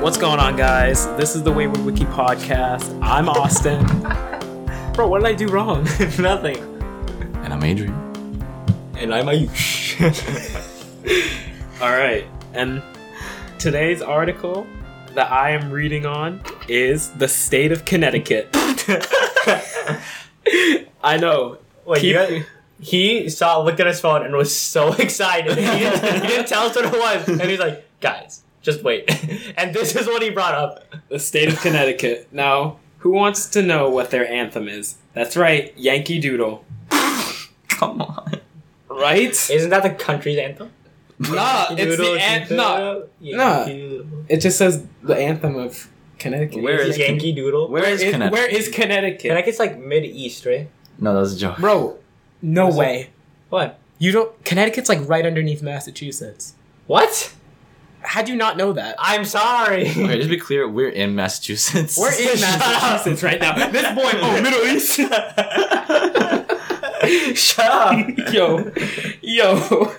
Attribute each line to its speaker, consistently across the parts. Speaker 1: What's going on, guys? This is the Wayward Wiki podcast. I'm Austin. Bro, what did I do wrong? Nothing.
Speaker 2: And I'm Adrian.
Speaker 1: And I'm Ayush. All right. And today's article that I am reading on is the state of Connecticut. I know.
Speaker 3: Wait,
Speaker 1: Keep-
Speaker 3: you guys- he saw looked at his phone and was so excited. He didn't, he didn't tell us what it was, and he's like, "Guys, just wait." and this is what he brought up.
Speaker 1: the state of Connecticut. Now, who wants to know what their anthem is? That's right, Yankee Doodle.
Speaker 2: Come on.
Speaker 1: Right?
Speaker 3: Isn't that the country's anthem?
Speaker 1: Nah, it's the an- nah. nah.
Speaker 3: Yankee
Speaker 1: It just says the anthem of Connecticut.
Speaker 2: Where is-
Speaker 3: Doodle.
Speaker 2: Where is
Speaker 1: It-
Speaker 2: Connecticut?
Speaker 1: Where is Connecticut?
Speaker 3: Connecticut's like mid east, right?
Speaker 2: No, that was a joke.
Speaker 1: Bro, no
Speaker 3: Where's
Speaker 1: way.
Speaker 3: What?
Speaker 1: You don't. Connecticut's like right underneath Massachusetts.
Speaker 3: What?
Speaker 1: How do you not know that?
Speaker 3: I'm sorry.
Speaker 2: Okay, just be clear, we're in Massachusetts.
Speaker 1: We're in
Speaker 3: Shut up.
Speaker 1: Massachusetts right now. This boy, oh, Middle East.
Speaker 3: Shut up.
Speaker 1: yo, yo.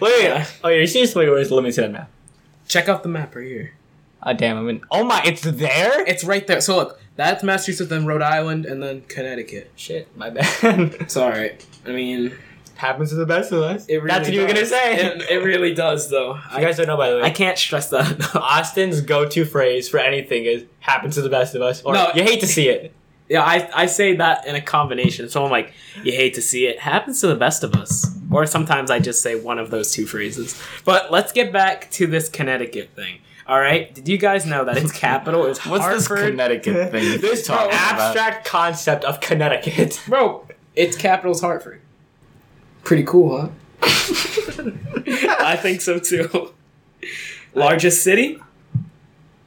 Speaker 3: Wait. Oh, you're seriously where it's Let me see the map.
Speaker 1: Check out the map right here.
Speaker 3: Oh damn! I'm in. Oh my! It's there.
Speaker 1: It's right there. So look, that's Massachusetts, then Rhode Island, and then Connecticut.
Speaker 3: Shit, my bad.
Speaker 1: It's all right. I mean,
Speaker 3: Happens to the best of us.
Speaker 1: it really
Speaker 3: That's what you were gonna
Speaker 1: does.
Speaker 3: say.
Speaker 1: It, it really does, though.
Speaker 3: You guys don't know, by the way.
Speaker 1: I can't stress that enough.
Speaker 3: Austin's go-to phrase for anything is "happens to the best of us," or
Speaker 1: No.
Speaker 3: "you hate to see it."
Speaker 1: Yeah, I, I say that in a combination. So I'm like, you hate to see it. Happens to the best of us. Or sometimes I just say one of those two phrases. But let's get back to this Connecticut thing. All right. Did you guys know that its capital is
Speaker 2: What's
Speaker 1: Hartford?
Speaker 2: this Connecticut thing? you
Speaker 3: This
Speaker 1: Oh,
Speaker 2: talking about?
Speaker 3: abstract concept of Connecticut.
Speaker 1: Bro, its capital is Hartford. Pretty cool, huh? I think so too. Largest city?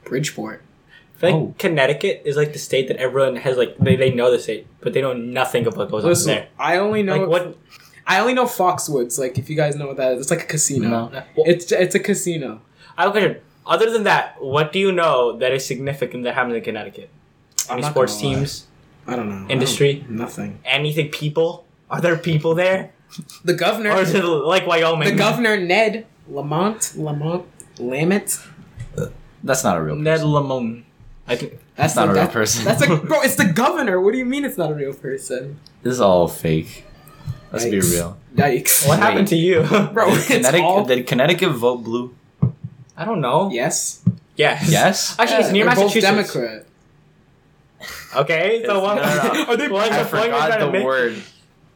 Speaker 1: Bridgeport.
Speaker 3: I feel like
Speaker 2: Oh.
Speaker 3: Connecticut is like the state that everyone has like they, they know the state, but they know nothing of what goes on
Speaker 1: Listen,
Speaker 3: there.
Speaker 1: I only know
Speaker 3: Like what?
Speaker 1: I only know Foxwoods. Like if you guys know what that is, it's like a casino.
Speaker 2: No.
Speaker 1: It's it's a casino.
Speaker 3: I have a question. Other than that, what do you know that is significant that happens in Connecticut? Any
Speaker 1: not
Speaker 3: sports
Speaker 1: gonna lie.
Speaker 3: teams,
Speaker 1: I don't know.
Speaker 3: Industry?
Speaker 1: I don't- nothing.
Speaker 3: anything? People? Are there people there,
Speaker 1: The governor.
Speaker 3: or is it like Wyoming?
Speaker 1: the governor Ned Lamont Lamont Lamont.
Speaker 2: That's not a real.
Speaker 3: Ned Lamone. I think
Speaker 1: That's
Speaker 2: not a real
Speaker 1: that-
Speaker 2: person.
Speaker 1: That's a bro. It's the governor. What do you mean it's not a real person?
Speaker 2: This is all fake. Let's be
Speaker 1: Yikes.
Speaker 2: real.
Speaker 1: Yikes,
Speaker 3: what happened to you,
Speaker 1: bro? It's
Speaker 2: Connecticut,
Speaker 1: all
Speaker 2: Did Connecticut vote blue?
Speaker 3: I don't know.
Speaker 1: yes.
Speaker 3: Yes.
Speaker 2: Yes.
Speaker 3: Actually, it's near
Speaker 1: They're both
Speaker 3: Massachusetts.
Speaker 1: Democrat.
Speaker 3: Okay, so
Speaker 2: It's-
Speaker 3: what?
Speaker 2: no, no, no.
Speaker 3: Are they blind?
Speaker 2: I
Speaker 3: The point we're
Speaker 2: forgot
Speaker 3: trying to
Speaker 2: the
Speaker 3: make-
Speaker 2: word.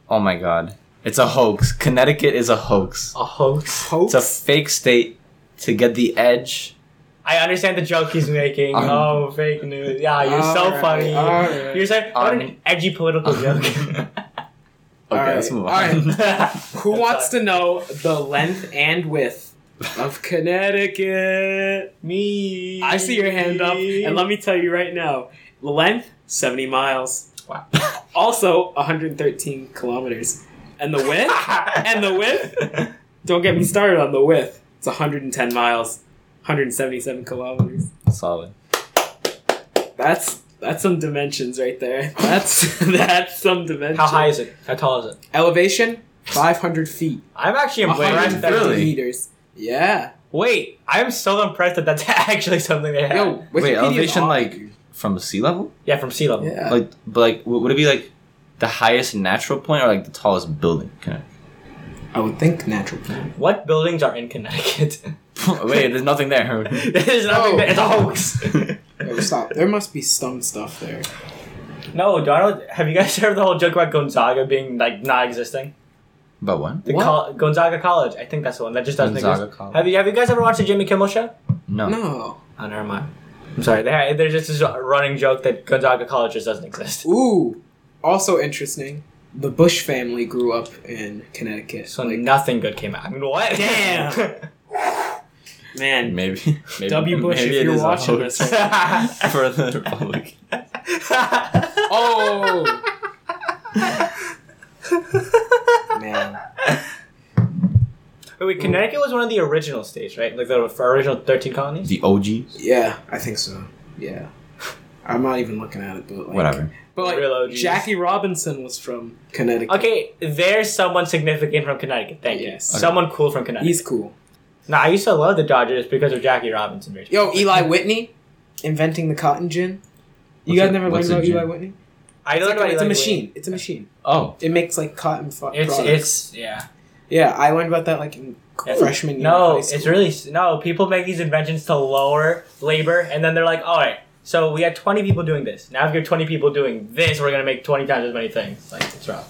Speaker 2: Oh my god. It's a hoax. Connecticut is a hoax.
Speaker 3: A hoax.
Speaker 1: Hoax.
Speaker 2: It's a fake state to get the edge.
Speaker 3: I understand the joke he's making.
Speaker 2: Um,
Speaker 3: oh, fake news. Yeah, you're so
Speaker 1: Alright,
Speaker 3: funny.
Speaker 1: alright.
Speaker 3: You're so what
Speaker 2: Um,
Speaker 3: an edgy political joke.
Speaker 2: okay,
Speaker 1: Alright,
Speaker 2: let's move on.
Speaker 1: alright. Who
Speaker 3: That's
Speaker 1: wants
Speaker 3: all.
Speaker 1: to know the length and width of Connecticut?
Speaker 3: me?
Speaker 1: I see your hand up, and let me tell you right now: length seventy miles,
Speaker 3: Wow.
Speaker 1: also 113 kilometers, and the width. and the width? Don't get me started on the width. It's 110 miles, 177 kilometers.
Speaker 2: Solid.
Speaker 1: That's that's some dimensions right there. That's that's some dimensions.
Speaker 3: How high is it? How tall is it?
Speaker 1: elevation? 500 feet.
Speaker 3: I'm actually impressed.
Speaker 1: 130
Speaker 3: That,
Speaker 2: Really?
Speaker 1: meters. Yeah.
Speaker 3: Wait, I'm so impressed that that's actually something they have.
Speaker 1: Yo, Wikipedia's
Speaker 2: Wait, elevation
Speaker 1: off.
Speaker 2: like from sea level?
Speaker 3: Yeah, from sea level.
Speaker 1: Yeah.
Speaker 2: Like, but like, w- would it be like the highest natural point or like the tallest building? Can
Speaker 1: I would think natural. point.
Speaker 3: What buildings are in Connecticut?
Speaker 2: I- Wait, there's nothing there.
Speaker 3: There's nothing.
Speaker 1: Oh.
Speaker 3: There. It's a hoax.
Speaker 1: Oh, stop. There must be some stuff there.
Speaker 3: No, Donald, have you guys heard the whole joke about Gonzaga being like not existing?
Speaker 2: but what?
Speaker 3: The
Speaker 1: What?
Speaker 3: col- Gonzaga College, I think that's the one that just doesn't
Speaker 2: Gonzaga
Speaker 3: exist.
Speaker 2: College.
Speaker 3: Have you have you guys ever watched the Jimmy Kimmel show?
Speaker 2: No.
Speaker 1: No.
Speaker 3: Oh, never mind. I'm sorry. They, there's just this running joke that Gonzaga College just doesn't exist.
Speaker 1: Ooh. Also interesting. The Bush family grew up in Connecticut.
Speaker 3: So
Speaker 1: Like,
Speaker 3: nothing good came out. I mean, what?
Speaker 1: Damn. man,
Speaker 2: Maybe, maybe.
Speaker 1: W. Bush,
Speaker 2: maybe
Speaker 1: if
Speaker 2: it
Speaker 1: you're
Speaker 2: is a
Speaker 1: watching
Speaker 2: hoax
Speaker 1: this.
Speaker 2: for the Republic.
Speaker 1: Oh. man.
Speaker 3: Wait, wait, Connecticut was one of the original states, right? Like the original 13 colonies?
Speaker 2: The OGs.
Speaker 1: Yeah, I think so. Yeah. I'm not even looking at it, but like,
Speaker 2: Whatever.
Speaker 1: But like,
Speaker 3: Real OGs.
Speaker 1: Jackie Robinson was from Connecticut.
Speaker 3: Okay, there's someone significant from Connecticut. Thank you.
Speaker 1: Yes. Okay.
Speaker 3: Someone cool from Connecticut.
Speaker 1: He's cool.
Speaker 3: Nah, I used to love the Dodgers because of Jackie Robinson.
Speaker 1: Yo, Eli Whitney, inventing the cotton gin. You
Speaker 2: What's
Speaker 1: guys
Speaker 2: a-
Speaker 1: never learned
Speaker 2: what's a
Speaker 1: about
Speaker 2: gin?
Speaker 1: Eli Whitney?
Speaker 3: I
Speaker 1: It's,
Speaker 3: don't
Speaker 1: like
Speaker 3: know.
Speaker 1: a, it's a
Speaker 3: like,
Speaker 1: machine. It's a machine.
Speaker 2: Oh,
Speaker 1: It makes like cotton fu-
Speaker 3: It's
Speaker 1: products.
Speaker 3: it's yeah.
Speaker 1: yeah, I learned about that like in
Speaker 3: Yeah.
Speaker 1: freshman year. of
Speaker 3: No,
Speaker 1: high
Speaker 3: it's
Speaker 1: school.
Speaker 3: really s- no. People make these inventions to lower labor, and then they're like, all right. So we had 20 people doing this. Now if you have 20 people doing this, we're gonna make 20 times as many things. Like it's wrong.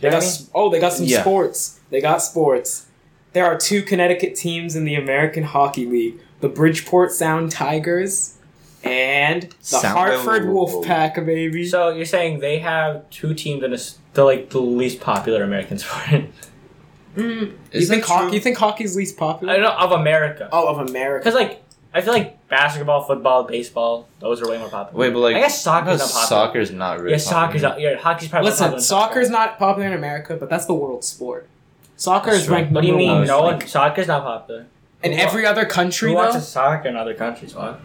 Speaker 1: They got, s- oh, they got some
Speaker 2: Yeah.
Speaker 1: sports. They got sports. There are two Connecticut teams in the American Hockey League: the Bridgeport Sound Tigers and the
Speaker 2: Sound-
Speaker 1: Hartford
Speaker 2: whoa, whoa, whoa.
Speaker 1: Wolfpack, baby.
Speaker 3: So you're saying they have two teams in a, s- the like the least popular American sport?
Speaker 1: Mm, you
Speaker 2: Is
Speaker 1: think
Speaker 2: that
Speaker 1: hockey?
Speaker 2: true?
Speaker 1: You think hockey's least
Speaker 3: I don't
Speaker 1: popular?
Speaker 3: know of America.
Speaker 1: Oh, of America.
Speaker 3: Because like I feel like basketball, football, baseball, those are way more popular.
Speaker 2: wait, but like
Speaker 3: I guess soccer's
Speaker 2: no,
Speaker 3: not popular.
Speaker 2: soccer's not really.
Speaker 3: yeah, soccer's
Speaker 2: popular.
Speaker 3: not, yeah, hockey's probably more
Speaker 1: Listen,
Speaker 3: popular than
Speaker 1: soccer's not popular in America, but that's the world sport. Soccer
Speaker 2: That's
Speaker 1: is
Speaker 2: true.
Speaker 1: ranked
Speaker 3: What do you
Speaker 1: number
Speaker 3: mean?
Speaker 1: one.
Speaker 3: No
Speaker 2: like-
Speaker 3: one. Soccer's not popular.
Speaker 1: In
Speaker 3: Who
Speaker 1: every other
Speaker 3: Who
Speaker 1: country, though,
Speaker 3: watches soccer in other countries? What?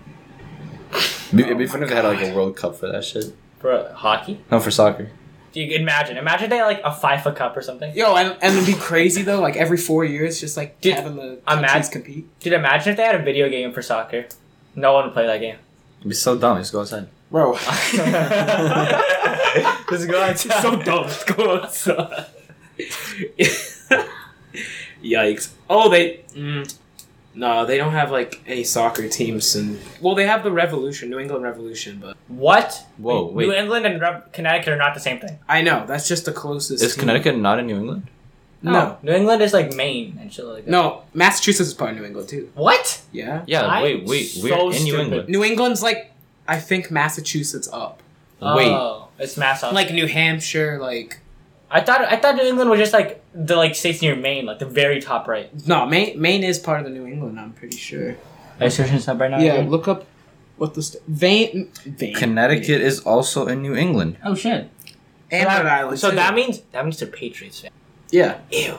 Speaker 2: Be- It'd be fun if they had like a World Cup for that shit.
Speaker 3: For hockey?
Speaker 2: No, for soccer.
Speaker 3: Do you imagine? Imagine they had, like a FIFA Cup or something.
Speaker 1: yo, and, and it'd be crazy though. Like every four years, just like
Speaker 3: Dude,
Speaker 1: having the
Speaker 3: I'm mad.
Speaker 1: countries compete.
Speaker 3: Dude, imagine if they had a video game for soccer. No one would play that game.
Speaker 2: It'd be so dumb. Just go outside.
Speaker 1: Bro,
Speaker 3: Just go outside.
Speaker 1: so dumb. Go outside. Yikes! Oh, they. Mm, no, they don't have like any soccer teams, and well, they have the Revolution, New England Revolution, but
Speaker 3: What?
Speaker 2: Whoa,
Speaker 3: New
Speaker 2: wait.
Speaker 3: England and Rev- Connecticut are not the same thing.
Speaker 1: I know that's just the closest.
Speaker 2: Is
Speaker 1: team.
Speaker 2: Connecticut not in New England?
Speaker 1: No,
Speaker 3: New England is like Maine and shit like that.
Speaker 1: no, Massachusetts is part of New England too.
Speaker 3: What?
Speaker 1: Yeah,
Speaker 2: Yeah,
Speaker 3: I'm
Speaker 2: wait, wait. We're
Speaker 3: so
Speaker 2: in New
Speaker 3: stupid.
Speaker 2: England.
Speaker 1: New England's like I think Massachusetts up,
Speaker 2: Wait.
Speaker 3: Oh, it's mass off.
Speaker 1: like New Hampshire, like
Speaker 3: I thought I thought New England was just like the like states near Maine, like the very top right.
Speaker 1: no, Maine, Maine is part of the New England. I'm pretty sure.
Speaker 3: Are you searching this up right now?
Speaker 1: Yeah, look up what the st- Vain, Vain
Speaker 2: Connecticut is also in New England.
Speaker 3: Oh shit.
Speaker 1: and Rhode Island.
Speaker 3: So
Speaker 1: too.
Speaker 3: that means that means they're Patriots fan.
Speaker 1: yeah,
Speaker 3: Ew.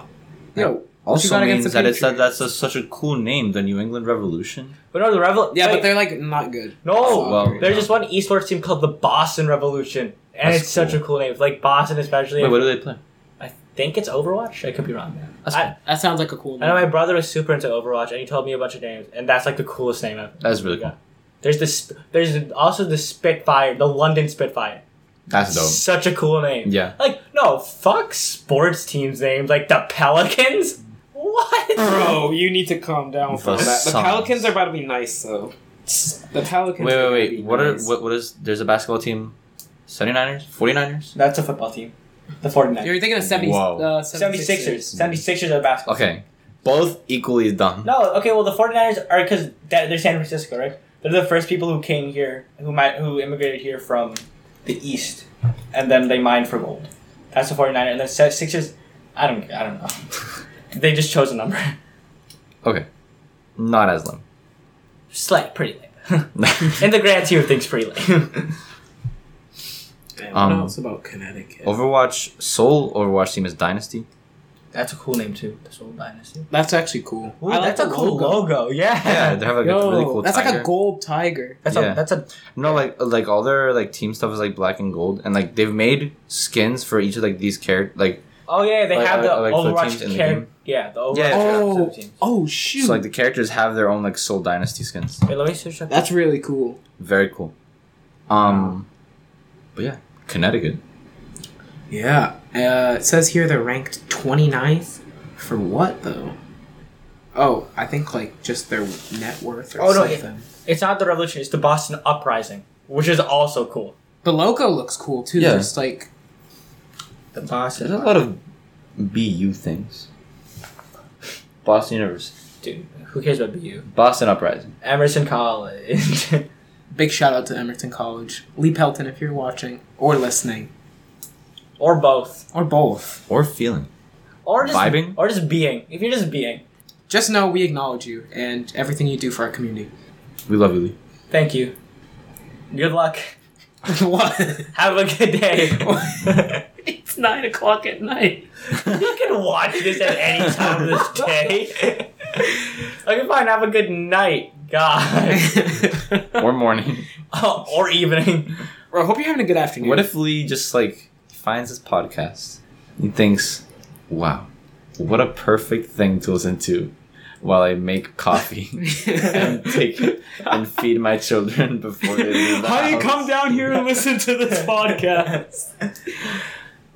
Speaker 1: yo,
Speaker 2: Also
Speaker 1: got against
Speaker 2: means
Speaker 1: the
Speaker 2: that it's that
Speaker 1: Patriots?
Speaker 2: that's a, such a cool name, the New England Revolution.
Speaker 3: But no, the Revel.
Speaker 1: yeah,
Speaker 3: wait,
Speaker 1: but they're like not good.
Speaker 3: no.
Speaker 2: Well,
Speaker 3: There's just one esports team called the Boston Revolution, and
Speaker 2: That's
Speaker 3: it's such a cool name. Like Boston, especially.
Speaker 2: Wait, what do they play?
Speaker 3: I think it's Overwatch. I could be wrong.
Speaker 1: That's
Speaker 3: I-
Speaker 1: cool. that sounds like a cool.
Speaker 3: I know my brother was super into Overwatch, and he told me a bunch of names, and that's like the coolest name ever.
Speaker 2: That's really cool.
Speaker 3: There's this. There's also the Spitfire, the London Spitfire.
Speaker 2: That's dope.
Speaker 3: Such a cool name.
Speaker 2: Yeah.
Speaker 3: Like, no, fuck sports teams names like the Pelicans. What?
Speaker 1: Bro, you need to calm down from
Speaker 2: The
Speaker 1: that. The
Speaker 2: Suns.
Speaker 1: Pelicans are about to be nice, though. The Pelicans.
Speaker 2: Wait,
Speaker 1: are gonna be
Speaker 2: wait, wait. What are
Speaker 1: nice.
Speaker 2: what what is there's a basketball team? 79ers? 49ers?
Speaker 3: That's a football team. The 49ers.
Speaker 1: You're thinking of 70,
Speaker 2: Whoa.
Speaker 1: uh,
Speaker 3: 76ers. 76ers are basketball.
Speaker 2: Okay. Both equally dumb.
Speaker 3: No, okay, well, the 49ers are because they're San Francisco, right? They're the first people who came here, who might, who immigrated here from the East, and then they mined for gold. That's the 49ers. And then Se- Sixers, I don't, I don't know. they just chose a number.
Speaker 2: Not as lame.
Speaker 3: Slight, pretty lame. In the grand scheme of things, pretty lame.
Speaker 1: Man,
Speaker 2: Um,
Speaker 1: what else about Connecticut?
Speaker 2: Overwatch Soul Overwatch team is Dynasty.
Speaker 3: That's a cool name, too. The Soul Dynasty.
Speaker 1: that's actually cool.
Speaker 3: Ooh,
Speaker 1: I like
Speaker 3: that's a
Speaker 1: the
Speaker 3: cool logo. Yeah.
Speaker 2: Yeah, they have like
Speaker 1: Yo,
Speaker 2: a really cool
Speaker 1: that's like
Speaker 2: tiger.
Speaker 1: a gold tiger.
Speaker 3: That's
Speaker 2: Yeah.
Speaker 3: a that's a
Speaker 2: No, like uh, like all their like team stuff is like black and gold, and like they've made skins for each of like these characters. Like
Speaker 3: oh yeah they
Speaker 2: Like,
Speaker 3: have
Speaker 2: uh,
Speaker 3: the
Speaker 2: like for the teams
Speaker 3: Overwatch
Speaker 2: in the
Speaker 3: char-
Speaker 2: game.
Speaker 3: yeah the Overwatch
Speaker 2: Yeah,
Speaker 1: Oh,
Speaker 3: teams.
Speaker 1: oh shoot!
Speaker 2: so, like the characters have their own like Soul Dynasty skins.
Speaker 3: Wait, let me search up.
Speaker 1: that's really cool.
Speaker 2: Very cool. Um, but yeah, Connecticut.
Speaker 1: Yeah. Uh, it says here they're ranked 29th. For what though? Oh, I think like just their net worth or
Speaker 3: Oh, no,
Speaker 1: something.
Speaker 3: It's not the Revolution. It's the Boston Uprising, which is also cool.
Speaker 1: The logo looks cool too.
Speaker 2: Yeah.
Speaker 1: Just like
Speaker 3: The Boston.
Speaker 2: There's a lot of BU things. Boston University,
Speaker 3: Dude, who cares about BU?
Speaker 2: Boston Uprising.
Speaker 3: Emerson College.
Speaker 1: big shout out to Emerson College, Lee Pelton if you're watching or listening
Speaker 3: or both.
Speaker 1: or both.
Speaker 2: Or feeling.
Speaker 3: Or just
Speaker 2: Vibing?
Speaker 3: Or just being. If you're just being.
Speaker 1: Just know we acknowledge you and everything you do for our community.
Speaker 2: We love you, Lee.
Speaker 3: Thank you. Good luck.
Speaker 1: what?
Speaker 3: Have a good day.
Speaker 1: it's nine o'clock at night.
Speaker 3: you can watch this at any time of this day. okay, fine. Have a good night. God.
Speaker 2: or morning.
Speaker 3: Oh, or evening.
Speaker 1: Bro, I hope you're having a good afternoon.
Speaker 2: What if Lee just like finds this podcast and thinks, wow, what a perfect thing to listen to while I make coffee and take and feed my children before they leave. The
Speaker 1: Honey,
Speaker 2: house.
Speaker 1: come down here and listen to this podcast.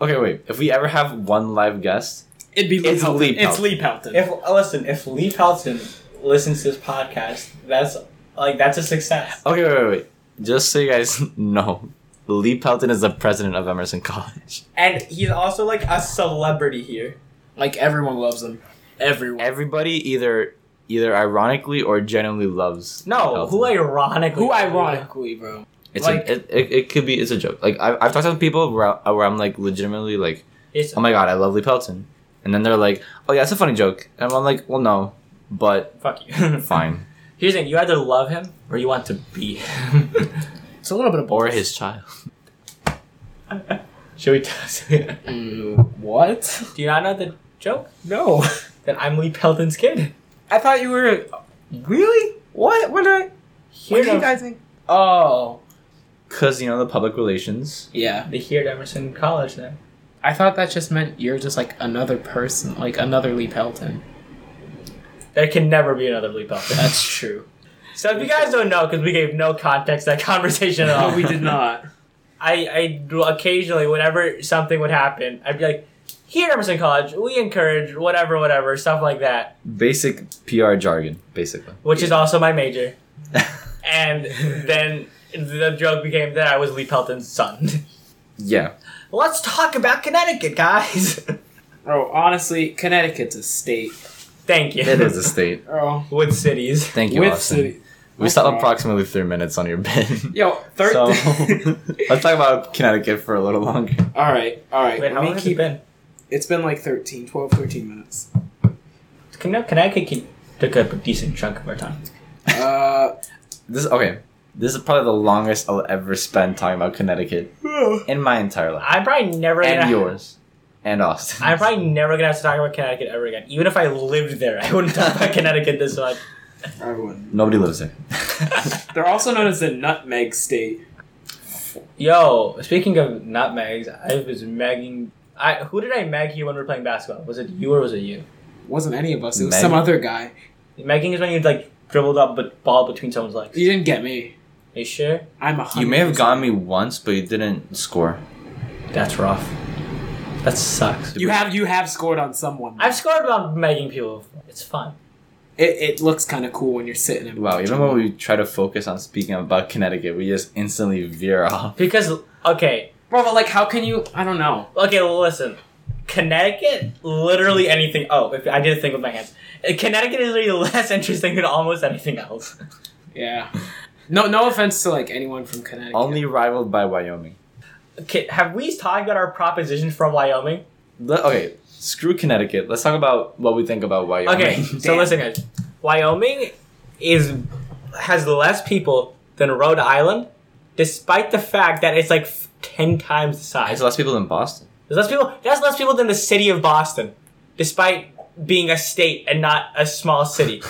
Speaker 2: Okay, wait. If we ever have one live guest,
Speaker 1: It'd be Lee
Speaker 2: It's
Speaker 1: Pelton.
Speaker 2: Lee
Speaker 1: It's
Speaker 2: Pelton.
Speaker 1: Lee Pelton.
Speaker 3: If uh, listen, if Lee Pelton listens to this podcast, that's like that's a success.
Speaker 2: okay, wait, wait, wait. Just so you guys know, Lee Pelton is the president of Emerson College.
Speaker 3: And he's also like a celebrity here.
Speaker 1: like everyone loves him. Everyone.
Speaker 2: Everybody either either ironically or genuinely loves. Lee
Speaker 3: No,
Speaker 2: Pelton.
Speaker 3: who ironically?
Speaker 1: Who ironically, bro?
Speaker 2: It's
Speaker 1: like-
Speaker 2: a, it, it, it could be it's a joke. Like I, I've talked to people where, I- where I'm like legitimately like,
Speaker 3: It's
Speaker 2: oh my god, I love Lee Pelton, and then they're like, oh yeah, that's a funny joke, and I'm like, well no, but
Speaker 3: fuck you.
Speaker 2: fine,
Speaker 3: Here's the thing: you either love him or you want to be him.
Speaker 1: It's a little bit of
Speaker 2: or his child.
Speaker 3: Should we? T-
Speaker 1: Mm, what?
Speaker 3: Do you not know the joke?
Speaker 1: No.
Speaker 3: Then I'm Lee Pelton's kid.
Speaker 1: I thought you were. Really? What? What did I?
Speaker 3: Here to-
Speaker 1: think? Oh,
Speaker 2: Cause you know the public relations.
Speaker 1: yeah.
Speaker 3: They here at Emerson College then.
Speaker 1: I thought that just meant you're just like another person, like another Lee Pelton.
Speaker 3: There can never be another Lee Pelton.
Speaker 1: That's true.
Speaker 3: So if you guys don't know, because we gave no context to that conversation at all,
Speaker 1: we did not.
Speaker 3: I, I do occasionally, whenever something would happen, I'd be like, here at Emerson College, we encourage whatever, whatever, stuff like that,
Speaker 2: Basic PR jargon, basically.
Speaker 3: which is also my major. And then the joke became that I was Lee Pelton's son.
Speaker 2: yeah.
Speaker 3: Let's talk about Connecticut, guys.
Speaker 1: Bro, Oh, honestly, Connecticut's a state.
Speaker 3: Thank you.
Speaker 2: It is a state.
Speaker 1: Bro,
Speaker 3: With cities.
Speaker 2: Thank you,
Speaker 1: Oh, with
Speaker 2: Austin.
Speaker 1: city.
Speaker 2: We still have
Speaker 1: Okay.
Speaker 2: approximately three minutes on your bed.
Speaker 1: Yo, third.
Speaker 2: So let's talk about Connecticut for a little longer.
Speaker 1: all right, all right.
Speaker 3: Wait, how
Speaker 1: Let me
Speaker 3: long has
Speaker 1: keep-
Speaker 3: it been?
Speaker 1: It's been like 13, 12, 13 minutes.
Speaker 3: Conne- Connecticut can- took up a decent chunk of our time.
Speaker 1: Uh,
Speaker 2: This okay. This is probably the longest I'll ever spend talking about Connecticut in my entire life.
Speaker 3: I'm probably never
Speaker 2: and
Speaker 3: gonna-
Speaker 2: yours and Austin.
Speaker 3: I'm probably never gonna have to talk about Connecticut ever again. Even if I lived there, I wouldn't talk about Connecticut this much.
Speaker 1: I wouldn't.
Speaker 2: Nobody lives there.
Speaker 1: They're also known as the Nutmeg State.
Speaker 3: Yo, speaking of nutmegs, I was megging. I who did I meg you when we were playing basketball? Was it you or was it you?
Speaker 1: Wasn't any of us. It was
Speaker 2: Meg-
Speaker 1: some other guy.
Speaker 3: Megging is when you like dribbled up but ball between someone's legs.
Speaker 1: You didn't get me.
Speaker 3: you sure?
Speaker 1: I'm a.
Speaker 2: You may have
Speaker 1: 100%.
Speaker 2: gotten me once, but you didn't score.
Speaker 3: That's rough. That sucks.
Speaker 1: You have you have scored on someone.
Speaker 3: I've scored on megging people. before. It's fun.
Speaker 1: It, it looks kind of cool when you're sitting. And
Speaker 2: Wow, even when we try to focus on speaking about Connecticut, we just instantly veer off.
Speaker 3: Because okay,
Speaker 1: bro, but like, how can you? I don't know.
Speaker 3: okay, listen. Connecticut, literally anything. Oh, if I did a thing with my hands. Connecticut is really less interesting than almost anything else.
Speaker 1: Yeah. No, no offense to like anyone from Connecticut.
Speaker 2: Only rivaled by Wyoming.
Speaker 3: Okay, have we talked about our proposition from Wyoming?
Speaker 2: Le- okay, screw Connecticut. Let's talk about what we think about Wyoming.
Speaker 3: Okay, so
Speaker 1: Damn.
Speaker 3: listen, guys. Wyoming is has less people than Rhode Island, despite the fact that it's like f- ten times the
Speaker 2: There's
Speaker 3: size.
Speaker 2: less people in Boston.
Speaker 3: There's less people. That's less people than the city of Boston, despite being a state and not a small city.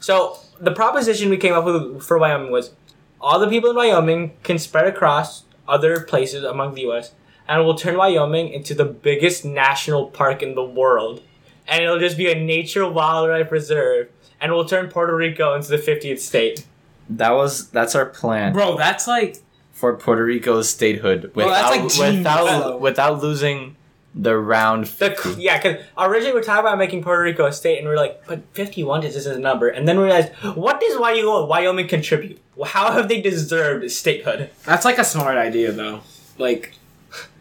Speaker 3: so the proposition we came up with for Wyoming was all the people in Wyoming can spread across other places among the U.S. and will turn Wyoming into the biggest national park in the world, and it'll just be a nature wildlife reserve, and will turn Puerto Rico into the 50th state.
Speaker 2: That was that's our plan
Speaker 1: bro, that's like
Speaker 2: for Puerto Rico's statehood
Speaker 1: Well,
Speaker 2: without
Speaker 1: that's like Gene
Speaker 2: without
Speaker 1: Fellow.
Speaker 2: without losing the round
Speaker 3: The,
Speaker 2: 50.
Speaker 3: yeah, because originally we were talking about making Puerto Rico a state, and we are like, but 51 is this is a number. And then we realized, what does Wyoming, Wyoming contribute? How have they deserved statehood?
Speaker 1: that's like a smart idea though. Like,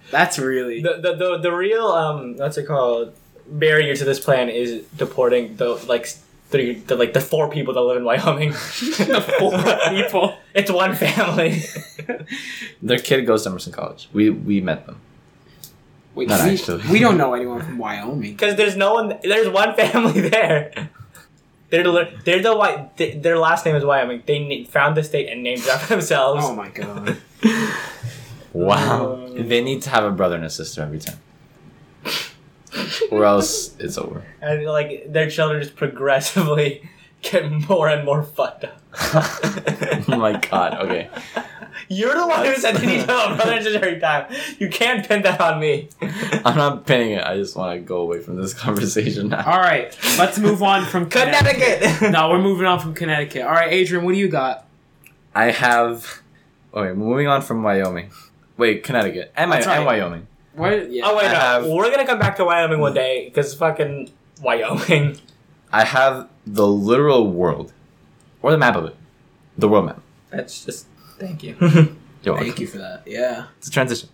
Speaker 1: that's really
Speaker 3: The, the, the, the real, um, what's it called, barrier to this plan is deporting the, like, three, the, like, the four people that live in Wyoming.
Speaker 1: the four people.
Speaker 3: It's one family.
Speaker 2: Their kid goes to Emerson College. We we met them.
Speaker 1: Wait,
Speaker 2: Not
Speaker 1: we,
Speaker 2: actually.
Speaker 1: we don't know anyone from Wyoming.
Speaker 3: Because there's no one, there's one family there. They're, the- they're the white. Their last name is Wyoming. They na- found the state and named it after themselves.
Speaker 1: Oh my god.
Speaker 2: Wow.
Speaker 3: Uh.
Speaker 2: they need to have a brother and a sister every time. or else it's over.
Speaker 3: and like their children just progressively get more and more fucked up.
Speaker 2: oh my god. Okay.
Speaker 3: You're the one who said they need to have a brother and sister every time. You can't pin that on me.
Speaker 2: I'm not pinning it. I just want to go away from this conversation now.
Speaker 1: All right, let's move on from Connecticut.
Speaker 3: Connecticut.
Speaker 1: no, we're moving on from Connecticut. All right, Adrian, what do you got?
Speaker 2: I have. Okay, moving on from Wyoming. Wait, Connecticut and, Mi-
Speaker 1: That's right.
Speaker 2: and Wyoming.
Speaker 1: What? Yeah.
Speaker 3: Oh wait,
Speaker 2: I
Speaker 3: no.
Speaker 2: have- Mm.
Speaker 3: we're gonna come back to Wyoming one day because fucking Wyoming.
Speaker 2: I have the literal world, or the map of it, the world map.
Speaker 3: That's just thank you.
Speaker 2: Yo,
Speaker 1: Thank you for that. Yeah.
Speaker 2: It's a transition.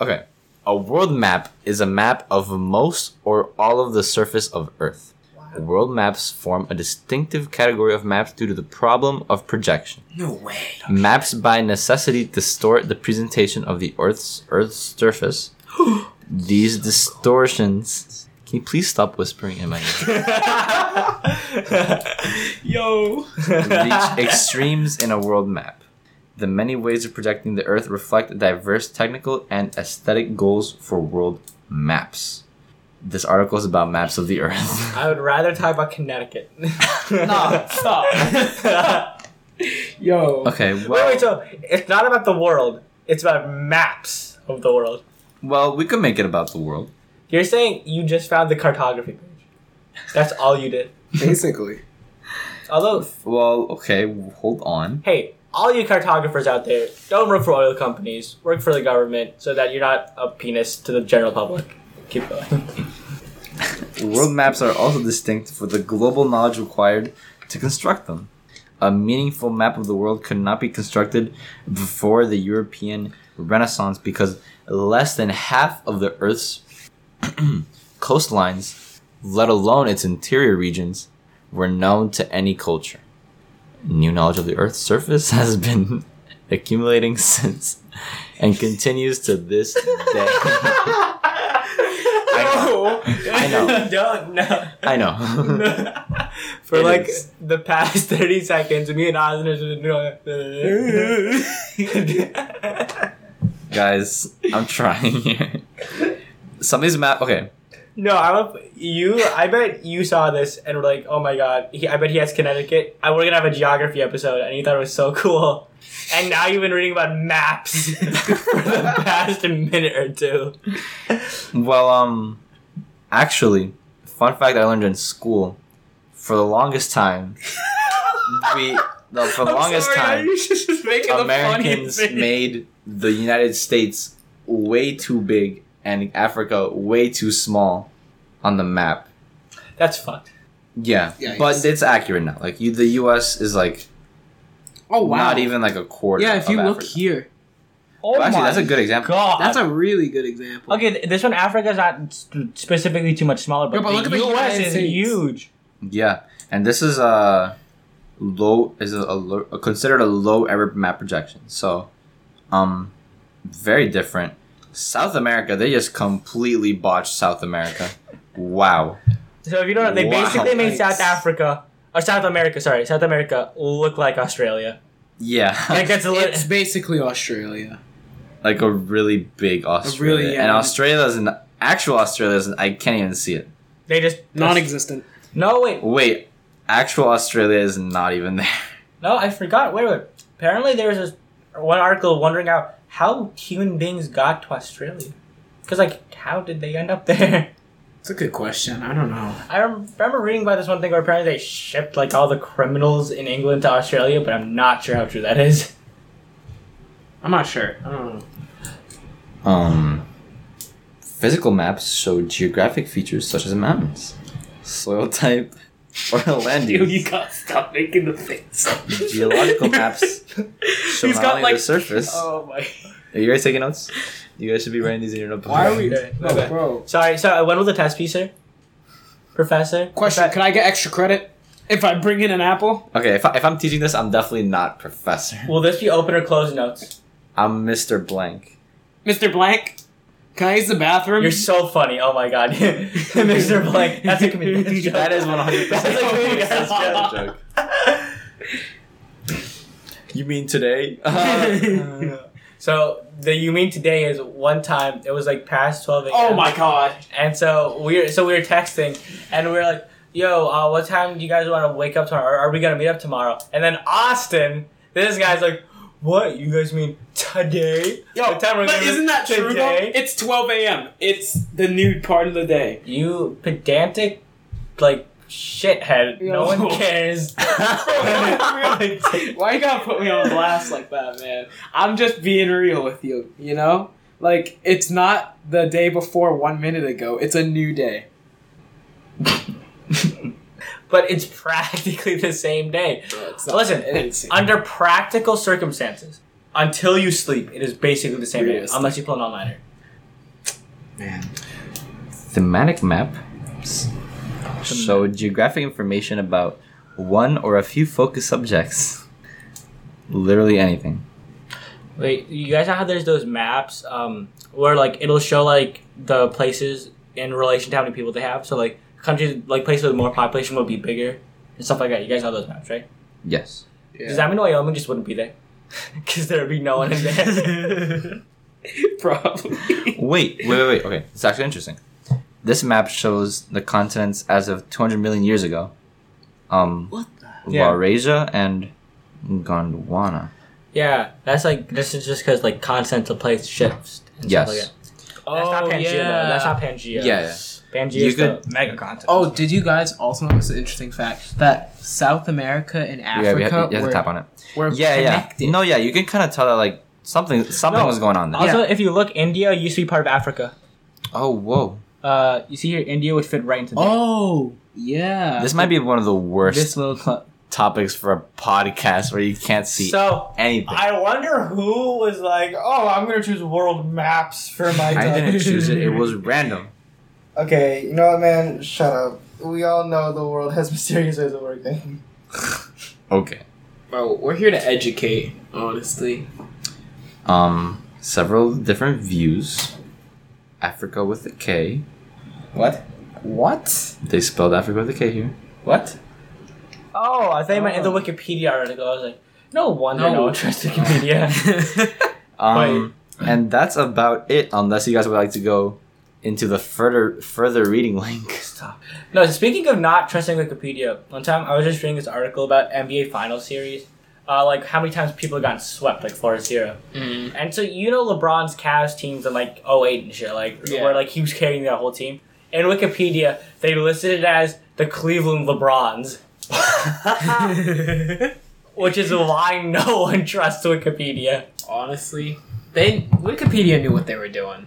Speaker 2: Okay, a world map is a map of most or all of the surface of Earth. World maps form a distinctive category of maps due to the problem of projection.
Speaker 1: No way.
Speaker 2: Maps by necessity distort the presentation of the Earth's Earth's surface. These distortions. Can you please stop whispering in my ear?
Speaker 3: Yo.
Speaker 2: Reach extremes in a world map. The many ways of projecting the Earth reflect diverse technical and aesthetic goals for world maps. This article is about maps of the Earth.
Speaker 3: I would rather talk about Connecticut.
Speaker 1: Nah, stop. Yo.
Speaker 2: Okay,
Speaker 3: Wait,
Speaker 2: well,
Speaker 3: wait, so it's not about the world, it's about maps of the world.
Speaker 2: well, we could make it about the world.
Speaker 3: You're saying you just found the cartography page. That's all you did.
Speaker 1: Basically.
Speaker 3: Although,
Speaker 2: Well, okay, hold on.
Speaker 3: hey, all you cartographers out there, don't work for oil companies, work for the government so that you're not a penis to the general public. Keep going.
Speaker 2: World maps are also distinct for the global knowledge required to construct them. A meaningful map of the world could not be constructed before the European Renaissance because less than half of the Earth's coastlines, let alone its interior regions, were known to any culture. New knowledge of the Earth's surface has been accumulating since and continues to this day.
Speaker 3: No,
Speaker 2: I know.
Speaker 3: don't know.
Speaker 2: I know.
Speaker 3: For
Speaker 2: It
Speaker 3: like
Speaker 2: is.
Speaker 3: the past 30 seconds, me and Oz are just doing-
Speaker 2: Guys, I'm trying here. Somebody's map. Okay,
Speaker 3: No, I love you. I bet you saw this and were like, "Oh my god!" He, I bet he has Connecticut. I we're gonna have a geography episode, and you thought it was so cool. And now you've been reading about maps for the past minute or two.
Speaker 2: well, um, actually, fun fact I learned in school. For the longest time, we the, for the longest time,
Speaker 1: just making
Speaker 2: Americans made the United States way too big and Africa way too small on the map.
Speaker 3: That's fucked.
Speaker 2: Yeah,
Speaker 1: Yikes.
Speaker 2: but it's accurate now. Like you, the U.S. is like
Speaker 1: Oh wow.
Speaker 2: not even like a quarter.
Speaker 1: yeah, if you
Speaker 2: of
Speaker 1: look
Speaker 2: Africa.
Speaker 1: here,
Speaker 3: Oh
Speaker 2: Well, actually, that's a good example.
Speaker 3: god.
Speaker 1: that's a really good example.
Speaker 3: okay. th- This one, Africa's not st- specifically too much smaller, but,
Speaker 1: Yeah, but
Speaker 3: the
Speaker 1: look at the
Speaker 3: U.S.
Speaker 1: United
Speaker 3: is
Speaker 1: States.
Speaker 3: huge.
Speaker 2: Yeah, and this is a low is a, a, low, considered a low error map projection. So, um, very different. South America, they just completely botched South America. Wow.
Speaker 3: So if you don't know, they
Speaker 2: Wow.
Speaker 3: basically made South
Speaker 1: Yikes.
Speaker 3: Africa or South America, sorry, South America look like Australia.
Speaker 2: Yeah,
Speaker 3: Like that's a
Speaker 1: It's
Speaker 3: little.
Speaker 1: basically Australia.
Speaker 2: like a really big Australia,
Speaker 1: really, yeah.
Speaker 2: and Australia is an actual Australia is an, I can't even see it.
Speaker 3: They just
Speaker 1: Non-existent.
Speaker 3: No wait,
Speaker 2: Wait, actual Australia is not even there.
Speaker 3: No, I forgot. Wait, wait. Apparently, there was this one article wondering out how human beings got to Australia. Because, like, how did they end up there?
Speaker 1: It's a good question. I don't know.
Speaker 3: I rem- remember reading about this one thing where apparently they shipped, like, all the criminals in England to Australia, but I'm not sure how true that is.
Speaker 1: I'm not sure. I don't know.
Speaker 2: Um, physical maps show geographic features such as mountains, soil type, or land use.
Speaker 1: gotta stop making the face.
Speaker 2: Geological maps show
Speaker 1: He's
Speaker 2: not
Speaker 1: got,
Speaker 2: only
Speaker 1: like-
Speaker 2: the surface.
Speaker 3: Oh my.
Speaker 2: Are you guys taking notes? You guys should be writing these in your notebook.
Speaker 1: Why are we?
Speaker 3: Okay,
Speaker 1: No,
Speaker 3: okay.
Speaker 1: bro.
Speaker 3: Sorry, sorry. When was the test piece, sir? Professor?
Speaker 1: Question: Can I get extra credit if I bring in an apple?
Speaker 2: Okay, if, I, if I'm teaching this, I'm definitely not professor.
Speaker 3: Will this be open or closed notes?
Speaker 2: I'm Mr. Blank.
Speaker 1: Mr. Blank, can I use the bathroom?
Speaker 3: You're so funny. Oh my god. Mr. Blank. That's a comedian. joke.
Speaker 2: That is 100.
Speaker 3: That's a comedian joke.
Speaker 2: joke. You mean today? Uh,
Speaker 3: so the you mean today is one time it was like past twelve a.m.
Speaker 1: oh my god.
Speaker 3: And so we were so we were texting and we were like, yo, uh, what time do you guys want to wake up tomorrow? Are, are we gonna meet up tomorrow? And then Austin, this guy's like, what? You guys mean today? What time are we
Speaker 1: but
Speaker 3: gonna meet
Speaker 1: isn't that true? though?
Speaker 3: today?
Speaker 1: It's 12 a.m. It's the nude part of the day.
Speaker 3: You pedantic, like shithead. No one cares.
Speaker 1: Really? Why you gotta put me on blast like that, man? I'm just being real with you, you know? Like, it's not the day before one minute ago, it's a new day.
Speaker 3: but it's practically the same day.
Speaker 1: It's
Speaker 3: not- Listen, it Under practical circumstances, until you sleep, it is basically the same day,
Speaker 1: Realistic.
Speaker 3: unless you pull an all-nighter.
Speaker 1: man.
Speaker 2: Thematic maps show geographic information about one or a few focus subjects. Literally anything.
Speaker 3: Wait, you guys know how there's those maps um, where like it'll show like the places in relation to how many people they have. So like countries, like places with more population will be bigger and stuff like that. You guys know those maps, right?
Speaker 2: Yes.
Speaker 1: Yeah.
Speaker 3: Does that mean Wyoming just wouldn't be there? Because there'd be no one in there.
Speaker 1: Probably.
Speaker 2: Wait, wait, wait, wait. Okay, it's actually interesting. This map shows the continents as of 200 million years ago. Um,
Speaker 1: What
Speaker 3: Yeah.
Speaker 2: Laurasia and Gondwana.
Speaker 3: yeah, that's like this is just because like continental plates shift. And
Speaker 2: Yes.
Speaker 3: Stuff like that. That's
Speaker 4: Oh,
Speaker 3: not Pangea. Though. That's not Pangea.
Speaker 2: Yeah,
Speaker 3: Pangea
Speaker 2: You
Speaker 3: is the
Speaker 2: could-
Speaker 3: mega continent.
Speaker 4: Oh, did you guys also know this is an interesting fact that South America and
Speaker 2: yeah, we have,
Speaker 4: Africa
Speaker 2: you have
Speaker 4: were,
Speaker 2: to tap on it.
Speaker 4: were
Speaker 2: Yeah,
Speaker 4: connected?
Speaker 2: yeah. No, yeah, you can kind of tell that like something something
Speaker 3: No.
Speaker 2: was going on there.
Speaker 3: Also, if you look, India used to be part of Africa.
Speaker 2: Oh, whoa.
Speaker 3: Uh, you see here, India would fit right into there.
Speaker 4: Oh, yeah.
Speaker 2: This might be one of the worst
Speaker 4: this little cl-
Speaker 2: topics for a podcast where you can't see
Speaker 3: So
Speaker 2: anything. I,
Speaker 3: I wonder who was like, "Oh, I'm gonna choose world maps for my."
Speaker 2: didn't choose it. It was random.
Speaker 5: Okay, you know what, man? Shut up. We all know the world has mysterious ways of working.
Speaker 2: Okay.
Speaker 1: Bro, we're here to educate, honestly.
Speaker 2: Um, several different views. Africa with a K.
Speaker 5: What?
Speaker 2: What? They spelled Africa with a K here.
Speaker 5: What?
Speaker 3: Oh, I think I meant in the Wikipedia article. I was like, "No wonder
Speaker 1: No.
Speaker 3: no, one trusts Wikipedia."
Speaker 2: Um, and that's about it. Unless you guys would like to go into the further further reading link.
Speaker 3: no, speaking of not trusting Wikipedia, one time I was just reading this article about NBA Finals series, uh, like how many times people have gotten swept, like four to zero. And so you know LeBron's Cavs teams in like 08 and shit, like
Speaker 1: Yeah.
Speaker 3: where like he was carrying that whole team. In Wikipedia, they listed it as the Cleveland LeBrons,
Speaker 1: Um,
Speaker 3: which is why no one trusts Wikipedia.
Speaker 1: honestly, they Wikipedia knew what they were doing.